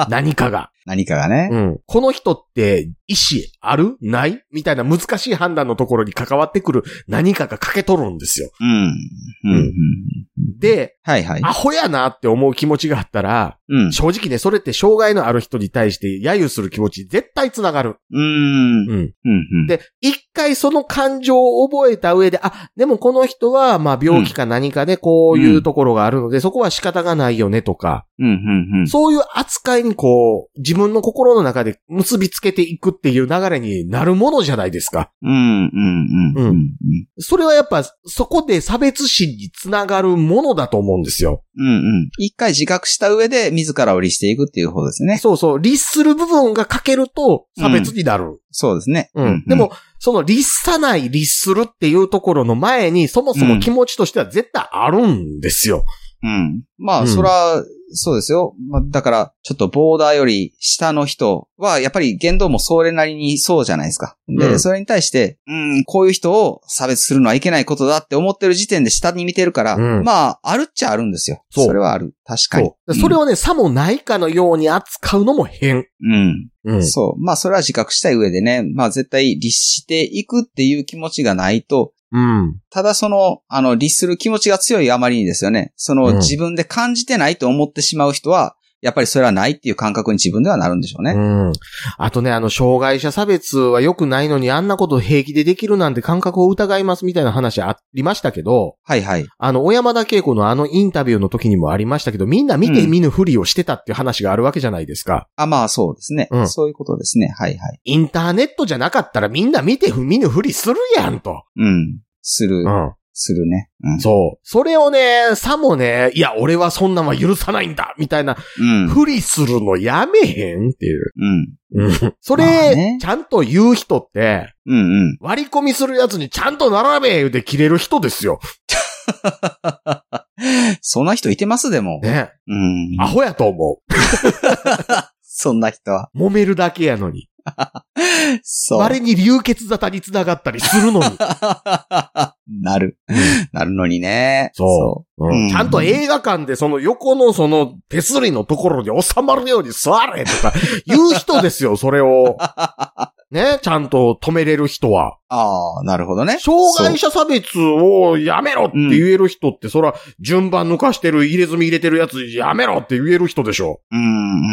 何かが。
何かがね。
うん。この人って意思あるないみたいな難しい判断のところに関わってくる何かが欠けとるんですよ。
うん。うん。うん
で、
はいはい。
*laughs* アホやなって思う気持ちがあったら、
うん。
正直ね、それって障害のある人に対して揶揄する気持ち絶対つながる。
うん。
うん。
うん。
で、一回その感情を覚えた上で、あ、でもこの人は、まあ病気か何かでこういうところがあるので、そこは仕方がないよねとか、
うん。うん。
そういう扱いにこう、自分の心の中で結びつけていくっていう流れになるものじゃないですか。
うん。うん。うん。うん。
それはやっぱ、そこで差別心につながるものだと思うんですよ。
うんうん。一回自覚した上で自らを律していくっていう方ですね。
そうそう、律する部分が欠けると差別になる。
そうですね。
うんでも、、その律さない、律するっていうところの前に、そもそも気持ちとしては絶対あるんですよ。
うん。ま
う
あ、
ん
そら、そうですよ。まあ、だから、ちょっとボーダーより下の人は、やっぱり言動もそれなりにそうじゃないですか。で、
うん
それに対して、うん、こういう人を差別するのはいけないことだって思ってる時点で下に見てるから、
うん
まあ、あるっちゃあるんですよ。
そう
それはある。確かに。
そう。それをね、差もないかのように扱うのも変。
うん。
う
うんん。そう。まあ、それは自覚した上でね、まあ、絶対律していくっていう気持ちがないと、
うん。
ただその、あの、律する気持ちが強いあまりにですよね、その、
うん
自分で感じてないと思ってしまう人は、やっぱりそれはないっていう感覚に自分ではなるんでしょうね。
うん。あとね、あの、障害者差別は良くないのに、あんなこと平気でできるなんて感覚を疑いますみたいな話ありましたけど、
はいはい。
あの、小山田恵子のあのインタビューの時にもありましたけど、みんな見て見ぬふりをしてたっていう話があるわけじゃないですか。
あ、まあそうですね、
うん
そういうことですね。はいはい。
インターネットじゃなかったらみんな見て見ぬふりするやんと。
うん。する。
ん。
するね。うん。
そう。それをね、さもね、いや、俺はそんなんは許さないんだみたいな、
うん。
ふりするのやめへんっていう。
うん。
そ
まあ
れ、
ね
ちゃんと言う人って、
うんうん。
割り込みするやつにちゃんと並べ言うて切れる人ですよ。
そんな人いてますでも。
ね。
うん。
アホやと思
そんな人は。
う。揉めるだけやのに。
そう。
稀に流血沙汰に繋がったりするの
*laughs*
に。
なる。 *laughs* なるのにね。
そううん
うん
ちゃんと映画館でその横のその手すりのところに収まるように座れとか言う人ですよ、それ
*laughs*
を。ね、ちゃんと止めれる人は。
ああ、なるほどね。
障害者差別をやめろって言える人って、そら、順番抜かしてる、入れ墨入れてるやつやめろって言える人でしょ。
うん、うん、う。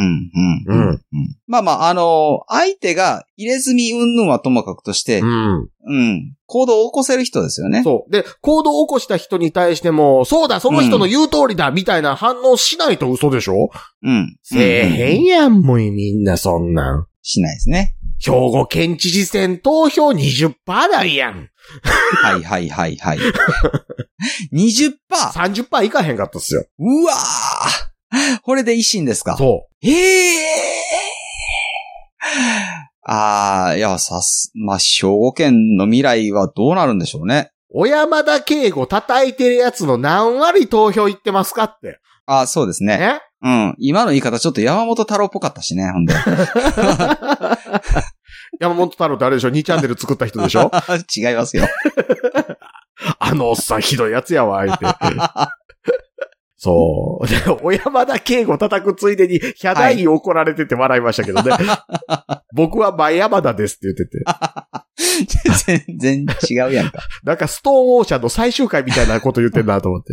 うんん
まあまあ、あのー相手が入れ墨云々はともかくとして、うん、
ん。
行動を起こせる人ですよね。
そう。で、行動を起こした人に対しても、そうだ、その人の言う通りだ、みたいな反応しないと嘘でしょ
う。うん。
せえへ
うん
んやん、もうみんなそんなん。
しないですね。
兵庫県知事選投票20%だいやん。
はいはいはいはい。20%!
30%いかへんかったっすよ。
うわーこれで維新ですか
そ
へえああ、いや、さす、まあ、兵庫県の未来はどうなるんでしょうね。
う。小山田敬吾叩いてるやつの何割投票いってますかって。
ああ、そうですね。
ね
うん。今の言い方ちょっと山本太郎っぽかったしね、ほんで。 *laughs*
山本太郎ってあれでしょ ?2 チャンネル作った人でしょ
違いますよ。
あのおっさんひどいやつやわ、あえて。
*laughs*
そう。で、小山田敬吾叩くついでに、ヒャダイン怒られてて笑いましたけ
*laughs*
どね。僕は前山田ですって言ってて。 *laughs*
全然違うやんか。
なんかストーンオーシャンの最終回みたいなこと言ってんなと
*laughs*
思って。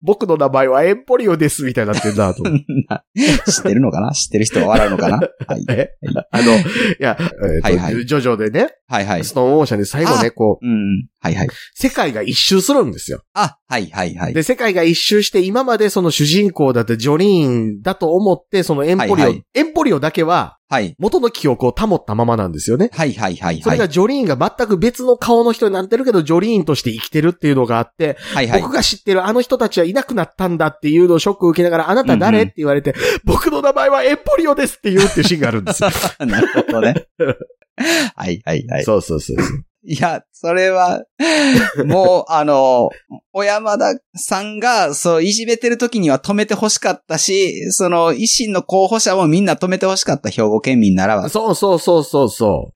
僕の名前はエンポリオですみたいになってんなと思って。
*laughs* 知ってるのかな知ってる人は笑うのかなはい。
えあの、いや、えーと
はいはい
ジョジョでね、
はいはい。
ストーンオーシャンで最後ね、こう、
うん。はいはい。
世界が一周するんですよ。
あ、はいはいはい。
で、世界が一周して、今までその主人公だってジョリーンだと思って、そのエンポリオ、
はいはい
エンポリオだけは
はい。
元の記憶を保ったままなんですよね。
はいはいはい
そ
は
れ
い。は
が
い
ジョリーンが全く別の顔の人になってるけど、ジョリーンとして生きてるっていうのがあって、
はい。
僕が知ってるあの人たちはいなくなったんだっていうのをショック受けながら、あなた誰、
うんうん
って言われて、僕の名前はエンポリオですって言うっていうシーンがある
*laughs*
んですよ。
なるほどね。はいはいはい。
そうそうそうそう。
いや、それは、もう、あの、小山田さんが、そう、いじめてる時には止めてほしかったし、その、維新の候補者もみんな止めてほしかった、兵庫県民ならば。
そうそうそうそうそ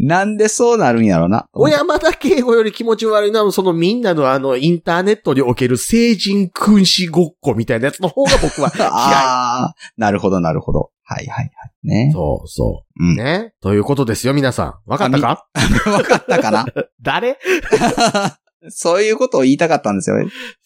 う。
なんでそうなるんやろな。
小山田敬吾より気持ち悪いのは、そのみんなのあの、インターネットにおける成人君子ごっこみたいなやつの
*laughs*
方が僕は嫌い。
ああ、なるほど、なるほど。はいはいはい。ね。
そうそうう。
ん。
ね。ということですよ、皆さん。わかったか
わかったかな
誰
*laughs* そういうことを言いたかったんですよ。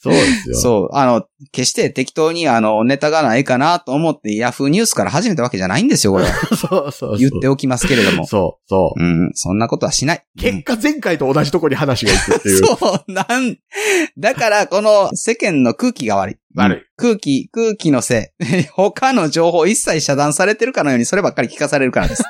そうですよ。
そう。あの、決して適当に、あの、ネタがないかなと思って、ヤフーニュースから始めたわけじゃないんですよ、これは。
う。そうそう。
言っておきますけれども。
そうそうう。
ん、そんなことはしない。
結果前回と同じとこに話がいくっていう。
そう、なん、だから、この世間の空気が悪い。
悪い
空気、空気のせい。 *laughs* 他の情報一切遮断されてるかのように、そればっかり聞かされるから
*laughs*
です。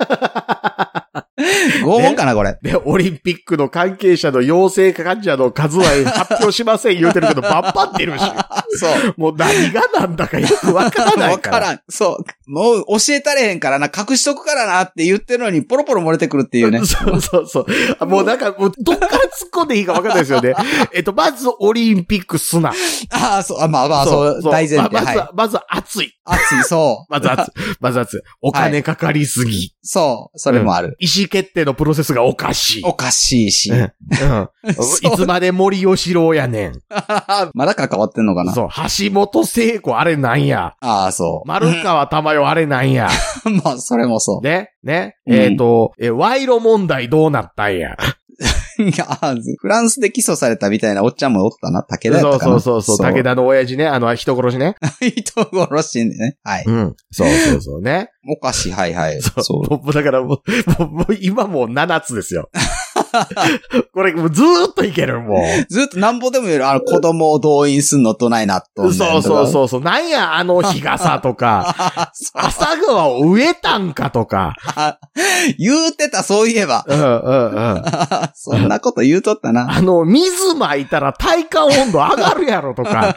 拷問かな、これ。
で、オリンピックの関係者の陽性患者の数は発表しません言うてるけど、バンバン出るし。
そう。
もう何がなんだかよくわからな
わ
い
か
から。。
らん。そう。もう教えたれへんからな、隠しとくからなって言ってるのに、ポロポロ漏れてくるっていうね
*laughs* そうそうそうあ。もうなんか、もうどっから突っ込んでいいかわかんないですよね。 *laughs* えっと、まずオリンピック砂。
ああ、そう、あまあまあ、そう、大前提。
まあま
は
ず
い。
は、まずは暑い。
熱い、そ
まずは暑い。
*laughs*
まずは暑い。お金かかりすぎ。
う。そう、それもある。
意思決定のプロセスがおかしい。
おかしいし
う。ん。うん
*laughs*
い
そう
つまで森吉郎やねん。
まだ関わってんのかな
そう。橋本聖子あれなんや。
ああ、そう。
丸川珠代あれなんや。
*laughs* まあ、それもそ
ね、ね、
うん
えっ、と、え、賄賂問題どうなったんや。
う。いや、フランスで起訴されたみたいなおっちゃんもおったな。武田や
そ
った
う
かな
そうそうそう、武。田の親父ね、あの、人殺しね。
人殺しね。はい。
うん。そうそうそうね。
おかしい、はいはい。
*laughs* そう。
そう。
もうだからもう、もう、もう今もう7つですよ。 *laughs* これもうずーっといける、も
ずっとなんぼでも言える、あの、子供を動員すんのとないなと
う。。そうそう
う。
そうそう。なん *laughs* や、あの日傘とか、
*laughs* あ、そう
朝川を植えたんかとか、
あ言うてた、そういえば。
うんうんうん。
*laughs* そんなこと言うとったな。
あの、水まいたら体感温度上がるやろとか。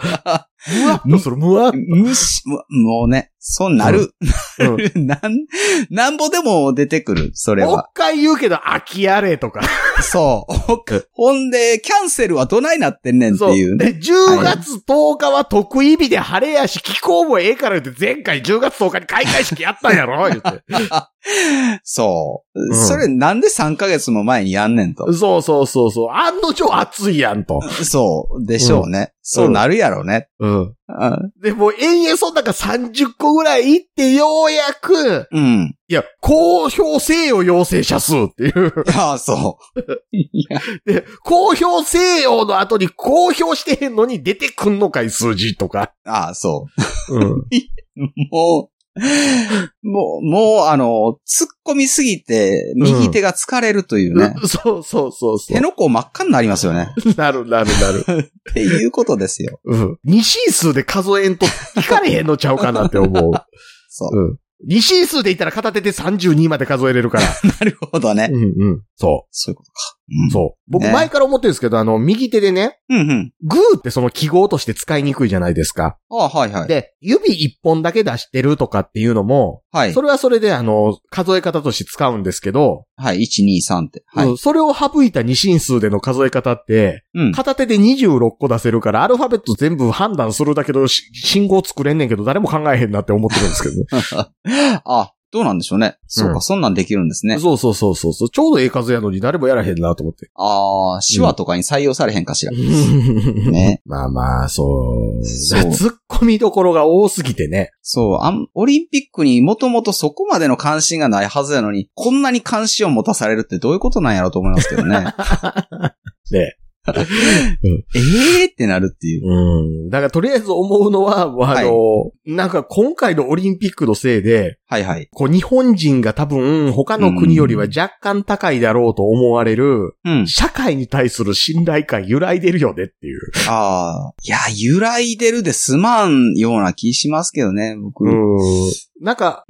むわっとする、むわっと。
むし、ももうね、そうなる。 *laughs*
うん
なん、なんぼでも出てくる、それ
もう一
は。
回言うけど、飽きやれとか。
そう。ほんで、キャンセルはどないなってんねんって
そう。
いうね。
で、10月10日は得意日で晴れやし、気候もええから言って、前回10月10日に開会式やったんやろ言って。
そう。
うん
それなんで3ヶ月も前にやんねんと。
そうそうそうそう。案の定暑いやんと。
そう。でしょうね。そうなるやろうね。
うん。
うん
で、もう延々そん中30個ぐらい行って、ようやく、
うん。
いや、公表せよ陽性者数っていう。 *laughs*
いや、そう。いや、
で、公表せよの後に公表してへんのに出てくんのかい数字とか。
ああ、そう。
*laughs* うん。
もう、もう、もう、あの、突っ込みすぎて、右手が疲れるというね。
そうそうそうそ
手の甲真っ赤になりますよね。
う。なるなるなる。
っていうことですよ。
*laughs* うん。二進数で数えんと聞かれへんのちゃうかなって思う。
そう。
うん。二進数で言ったら片手で32まで数えれるから。
なるほどね。
うんうん。そ
そういうことか。
う。そう。僕
ね
前から思ってるんですけど、あの、右手でね、
うん。うんうん。
グーってその記号として使いにくいじゃないですか。
ああ、はいはい。
で、指一本だけ出してるとかっていうのも、
はい
そ。れはそれであの、数え方として使うんですけど、
はい、1、2、3って。は
う
い。
ん、それを省いた二進数での数え方って、
うん。
片手で26個出せるから、アルファベット全部判断するだけど、し信号作れんねんけど、誰も考えへんなって思ってるんですけどね。
*laughs* あ、どうなんでしょうね。そう
う
か、
ん
そんなんできるん *laughs* ですね。
そうそうそうそうそう。ちょうどええ数やのに誰もやらへんなと思って。
ああ、手話とかに採用されへんかしら。ね。
*laughs* まあまあ、そう。
そう
突っ込みどころが多すぎてね。
そう、あん、オリンピックにもともとそこまでの関心がないはずやのに、こんなに関心を持たされるってどういうことなんやろうと思いますけど
*laughs*
ね。
ね。
ええーってなるっていう。
うん。だからとりあえず思うのは、あの、
はい
なんか今回のオリンピックのせいで、
はいはい。
こう日本人が多分他の国よりは若干高いだろうと思われる、
うん。
社会に対する信頼感揺らいでるよねっていう。
ああ。いや、揺らいでるですまんような気しますけどね、僕。うん。
うん。なんか、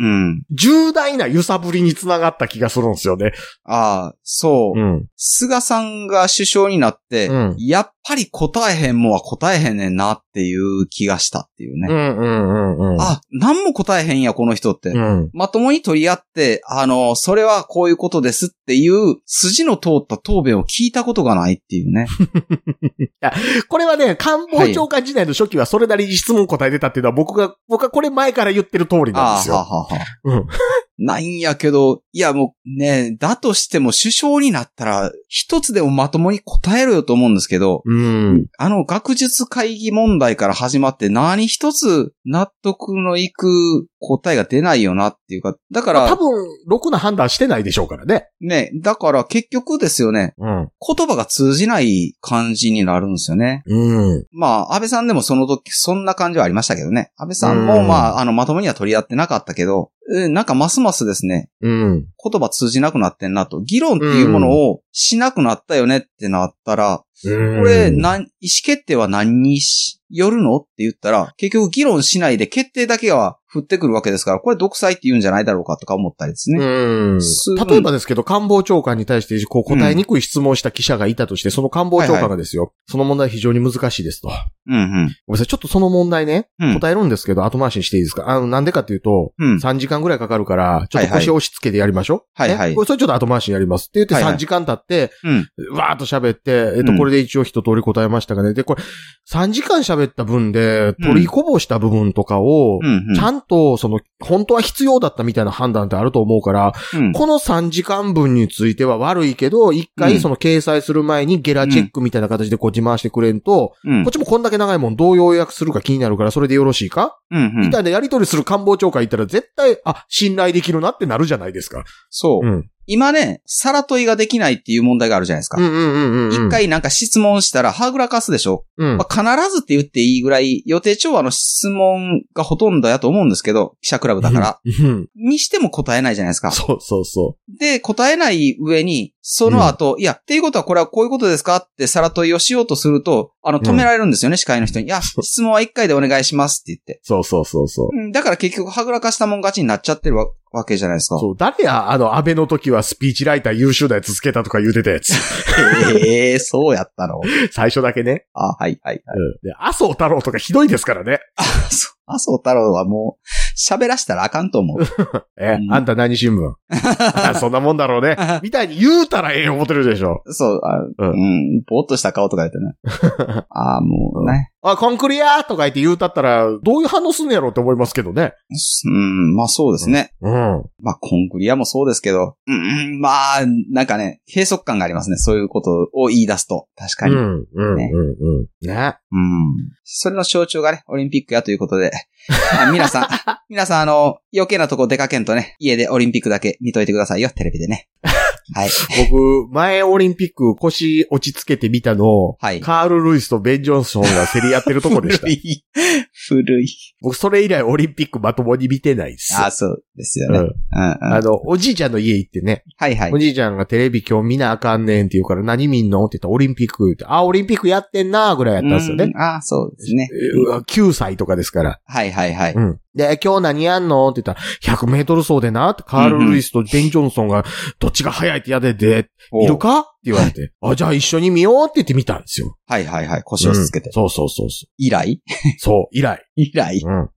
重大な揺さぶりにつながった気がするんですよね。
ああ、そう。
ん。
菅さんが首相になって、
うん
やっぱり答えへんもんは答えへんねんなっていう気がしたっていうね。
うんうんうんうん。
あ、何も答えへんや、この人って。
うん。
まともに取り合って、あの、それはこういうことですっていう筋の通った答弁を聞いたことがないっていうね。
これはね、官房長官時代の初期はそれなりに質問答えてたっていうのは僕が、僕はこれ前から言ってる通りなん
あ
です
あ、は
よ。
あはあはあ。
うん。
ないんやけど、いやもうね、だとしても首相になったら一つでもまともに答えろよと思うんですけど、
うん。
あの学術会議問題から始まって何一つ納得のいく答えが出ないよなっていうか、だか
まあ多
ら
分、ろくな判断してないでしょうからね。
ね、だから結局ですよね、
うん。
言葉が通じない感じになるんですよね。
うん。
まあ、安倍さんでもその時、そんな感じはありましたけどね。安倍さんも、
うん
まあ、あの、まともには取り合ってなかったけど、うんなんかますますですね、
うん。
言葉通じなくなってんなと、議論っていうものをしなくなったよねってなったら、こ
こ
れ、なん、意思決定は何にし、よるのって言ったら、結局議論しないで決定だけが降ってくるわけですから、これ独裁って言うんじゃないだろうかとか思ったりですね。
うん
すごい
例えばですけど、官房長官に対してこう答えにくい質問をした記者がいたとして、その官房長官がですよ、その問題非常に難しいですと。ご
う
め
ん、うん、
んなさい、ちょっとその問題ね、
うん。
答えるんですけど、後回しにしていいですかあの、なんでかっていうと、
うん。
3時間ぐらいかかるから、ちょっと腰を押し付けてやりましょう。
はいはい
ね
はい
これそれちょっと後回しにやります。って言って
はいはい
3時間経って、
うん。
わーっと喋って、えっと、
うん
これで一応一通り答えましたがね。で、これ、3時間喋った分で、取りこぼした部分とかを
う、ん、うん
ちゃんと、その、本当は必要だったみたいな判断ってあると思うから、
うん。
この3時間分については悪いけど、一
う
回
ん
その掲載する前にゲラチェックみたいな形でこう自慢してくれんと、
うん
こっちもこんだけ長いもんどう要約するか気になるからそれでよろしいか、
うんうん
みたいなやり取りする官房長官いたら絶対、あ、信頼できるなってなるじゃないですか。
そうう。
ん。
今ね、さら問いができないっていう問題があるじゃないですか
うん。うんうんうん。
一、、回なんか質問したら、はぐらかすでしょ、
うん
ま。あ、必ずって言っていいぐらい、予定調和の質問がほとんどやと思うんですけど、記者クラブだから。
うん。
にしても答えないじゃないですか。
そうそうそ
で、答えない上に、その後、いや、っていうことはこれはこういうことですかってさら問いをしようとすると、あの、止められるんですよね、司会の人に。いや、質問は一回でお願いしますって言って。
う。そうそうそうそう
うんだから結局、はぐらかしたもん勝ちになっちゃってるわわけじゃないですか。
そう、誰や、あの、安倍の時はスピーチライター優秀なやつつけたとか言うて
*laughs*
たやつ。
ええそうやったの
最初だけね。
あ、はい、はい、はい。
うん。で、麻生太郎とかひどいですからね。
そう麻生太郎はもう、喋らしたらあかんと思う。
え、
うん
あんた何新聞 *laughs* あそんなもんだろう
*laughs*
ね。みたいに言うたらええ思ってるでしょ。
そう、あ
う
うんん、ぼーっとした顔とか言
*laughs*
ってね。ああ、もうね。
あ、コンクリアーとか言って言うたったら、どういう反応すんのやろうって思いますけどね。
うん、まあそうですね。
うん。
まあコンクリアもそうですけど、うん、まあ、なんかね、閉塞感がありますね。そういうことを言い出すと。確か
うん、
に。
う
うん。
ん、うん、うん。ね。
それの象徴がね、オリンピックやという
*laughs*
ことで。あ皆さん、皆さん、あの、余計なとこ出かけんとね、家でオリンピックだけ見といてくださいよ、テレビで
*laughs*
ね。はい。
僕、前オリンピック腰落ち着けてみたの、
はい。
カール・ルイスとベン・ジョンソンが競り合ってるとこで
*laughs*
した
古。い。古い。
僕、それ以来オリンピックまともに見てないです。
ああ、そうですよ
う
ね。うんん、うん。
あの、おじいちゃんの家行ってね、
はいはい
お。じいちゃんがテレビ今日見なあかんねんって言うから何見んのって言ったらオリンピック言うて、あ、オリンピックやってんなーぐらいやったんですよね
う。んああ、そうですね。
えうわ9歳とかですから。
はいはいはい。
うん。で、今日何やんのって言ったら、100メートル走でなって、カール・ルイスとベン・ジョンソンが、どっちが速いってやでで、
おう
いるかって言われて、あ、じゃあ一緒に見ようって言って見たんですよ。
はいはいはい。腰をつけて。
そうそうそうそ
以来 *laughs*
う。そう、以来。
以来。
うん。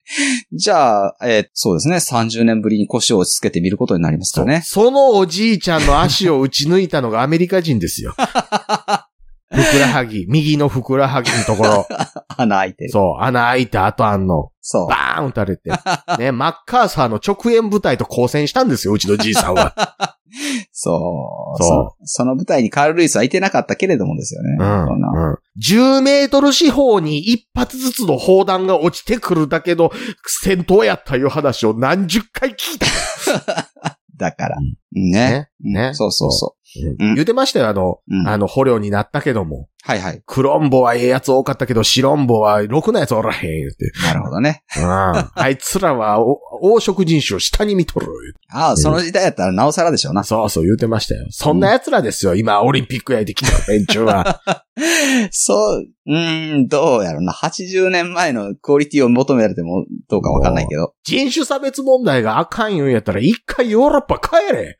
じゃあ、えーそうですね。30年ぶりに腰をつけてみることになりますかね。
そのおじいちゃんの足を打ち抜いたのがアメリカ
*laughs*
人ですよ。ふくらはぎ、右のふくらはぎのと
*laughs*
ころ。
穴開いてる。
そう、穴開いた後あんの。
そう。
バーン打た
*laughs*
れて。ね、マッカーサーの直演部隊と交戦したんですよ、うちのじいさんは。
そう。
そう
そその舞台にカール・ルイスはいてなかったけれどもですよね。そう *laughs* な
うん。10メートル四方に一発ずつの砲弾が落ちてくるだけの戦闘やったいう話を何十回聞いた。
だから。ね。
ね
うんそうそうそう。うん
言うてましたよ、あの、
うん
あの、捕虜になったけども。
はいはい。
クロンボはええやつ多かったけど、シロンボはろくなやつおらへん、言って。
なるほど
*laughs*
ね。 *laughs*
うん。あいつらは、お、黄色人種を下に見とる。言うて
ああ、その時代やったらなおさらでしょうな。
そうそう言うてましたよ。そんな奴らですよ、今、オリンピックやできた連中
*laughs*
は。
そう、うーん、どうやろな。80年前のクオリティを求められてもどうかわかんないけど。
人種差別問題があかん言うんやったら、一回ヨーロッパ
*laughs*
帰れ。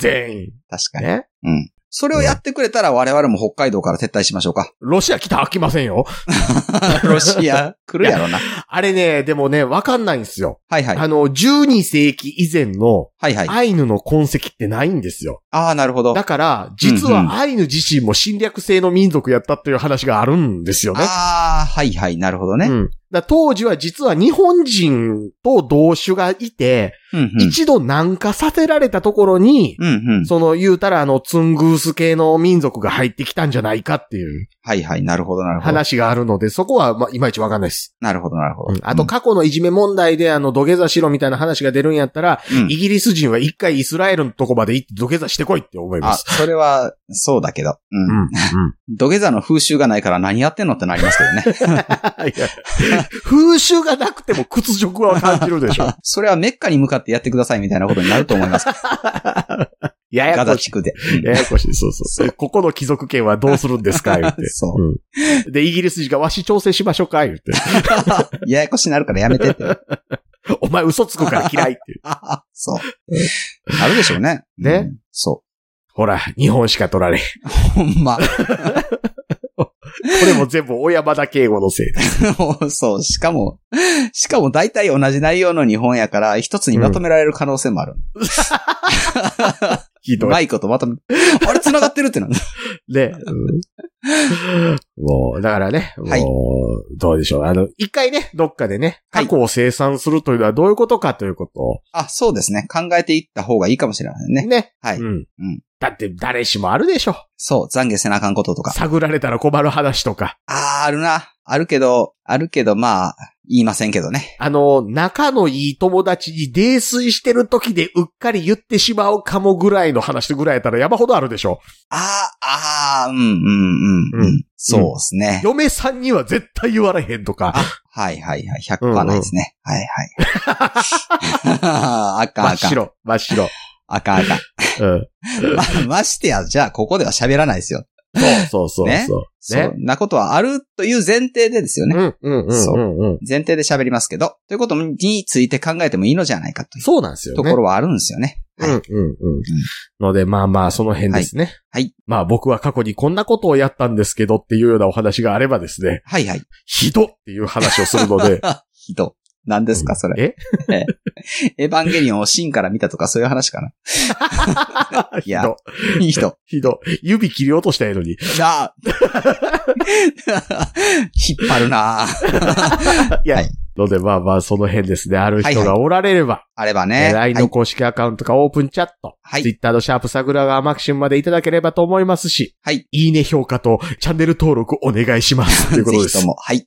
全員。
確かに。
ね。
うん。それをやってくれたら我々も北海道から撤退しましょうか。
ロシア来たら飽きませんよ。
*laughs* ロシア来るやろな。
あれね、でもね、わかんないんですよ。
はいはい。
あの、12世紀以前の
はいはい。
アイヌの痕跡ってないんですよ。
ああ、なるほど。
だ
あ
から、実
うんうん
はアイヌ自身も侵略性の民族やったっていう話があるんですよね。
あー、はいはい、なるほどね
う。ん、だから当時は実は日本人と同種がいて、
うん、うん。
一度南下させられたところに、
うん、うん。
その言うたらあのツングース系の民族が入ってきたんじゃないかっていう
はいはい、なるほど、なるほど。
話があるので、そこはまあいまいちわかんないです。
なるほど、なるほ
うん
ど。
あ
う
と
ん、
過去のいじめ問題であの土下座しろみたいな話が出るんやったら、
うん
イギリス人は一回イスラエルのとこまで行って土下座してこいって思いま
あ、
す。
それは、そうだけど。
う
うん。
ん、うん。
土下座の風習がないから何やってんのってなりますけどね。 *laughs*
*laughs* いや風習がなくても屈辱は感じるでしょ。
それはメッカに向かってやってくださいみたいなことになると思います。
*laughs* や
ガ
や
ザ
こし
地区で。
い。ややこしい。そうそう。ここの貴族圏はどうするんです *laughs* か言って。
そう。 *laughs*
うんで、イギリス人がわし調整しましょうか言って。 *laughs*
ややこしになるからやめてって。 *laughs*
お前嘘つくから嫌いって。
そう。あるでしょうね。
ね
うんそ
ほら、日本しか取られん。こ
う。ほんま。
れも全部小山田敬吾のせい *laughs* です。
そう。しかも、しかも大体同じ内容の日本やから、一つにまとめられる可能性もある。
ひ
う
どい
まいことまとめ、 *laughs* あれ繋がってるってなる。
*laughs* で、もう、だからね、もう、
はい
どうでしょう。あの、一回ね、どっかでね、
はい
過去を生産するというのはどういうことかということを、
*laughs* あ、そうですね。考えていった方がいいかもしれませんね。
ね。
はい
うん。
うん
だって、誰しもあるでしょ。
そう。懺悔せなあかんこととか。
探られたら困る話とか。
あー、あるな。あるけど、あるけど、まあ、言いませんけどね。
あの、仲のいい友達に泥酔してる時でうっかり言ってしまうかもぐらいの話ぐらいやったら山ほどあるでしょ。
あー、あー、うん、うん、うん。
う
うんん、そうですね。
嫁さんには絶対言われへんとか、
はいはいはい。100%はないですね。はい *laughs* は
*laughs*
い。あかん
真
あ
っ
かん。
白、真っ白。
あかんあかん。
うん。
ま、ましてや、じゃあここでは喋らないですよ。
そうそうそうそう。
そ
ね。
んなことはあるという前提でですよね。
うん、うん、うん、うんうん。
前提で喋りますけど、ということについて考えてもいいのじゃないかという
そうなんですよ
と
ね。
ころはあるんですよね。
うん、うん、うん。ので、まあまあ、その辺ですね。
はいはい
まあ僕は過去にこんなことをやったんですけどっていうようなお話があればですね、
はいはい。
ひどっていう話をす
*laughs*
るので。
ひど。何ですか、それ。
え
エヴァンゲリオンをシンから見たとかそういう話かな。い
*laughs* ひ
や
ど。
いい人。
ひど。指切り落としたいのに。
なあ *laughs* 引っ張るなあ
いや、
はい
のでまあまあ、その辺ですね。ある人
はいは
がおられれば、
あれば
え
ね。
ー
はい
LINE の公式アカウントかオープンチャット、
はい
Twitter のシャープ桜川マキシムまでいただければと思いますし、
はい。
いいね評価とチャンネル登録お願いし
*laughs*
ます。ということで
ぜひ
す
と。も。はい。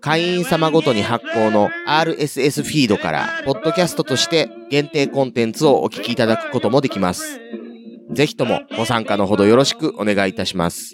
会員様ごとに発行の RSS フィードから、ポッドキャストとして限定コンテンツをお聞きいただくこともできます。ぜひともご参加のほどよろしくお願いいたします。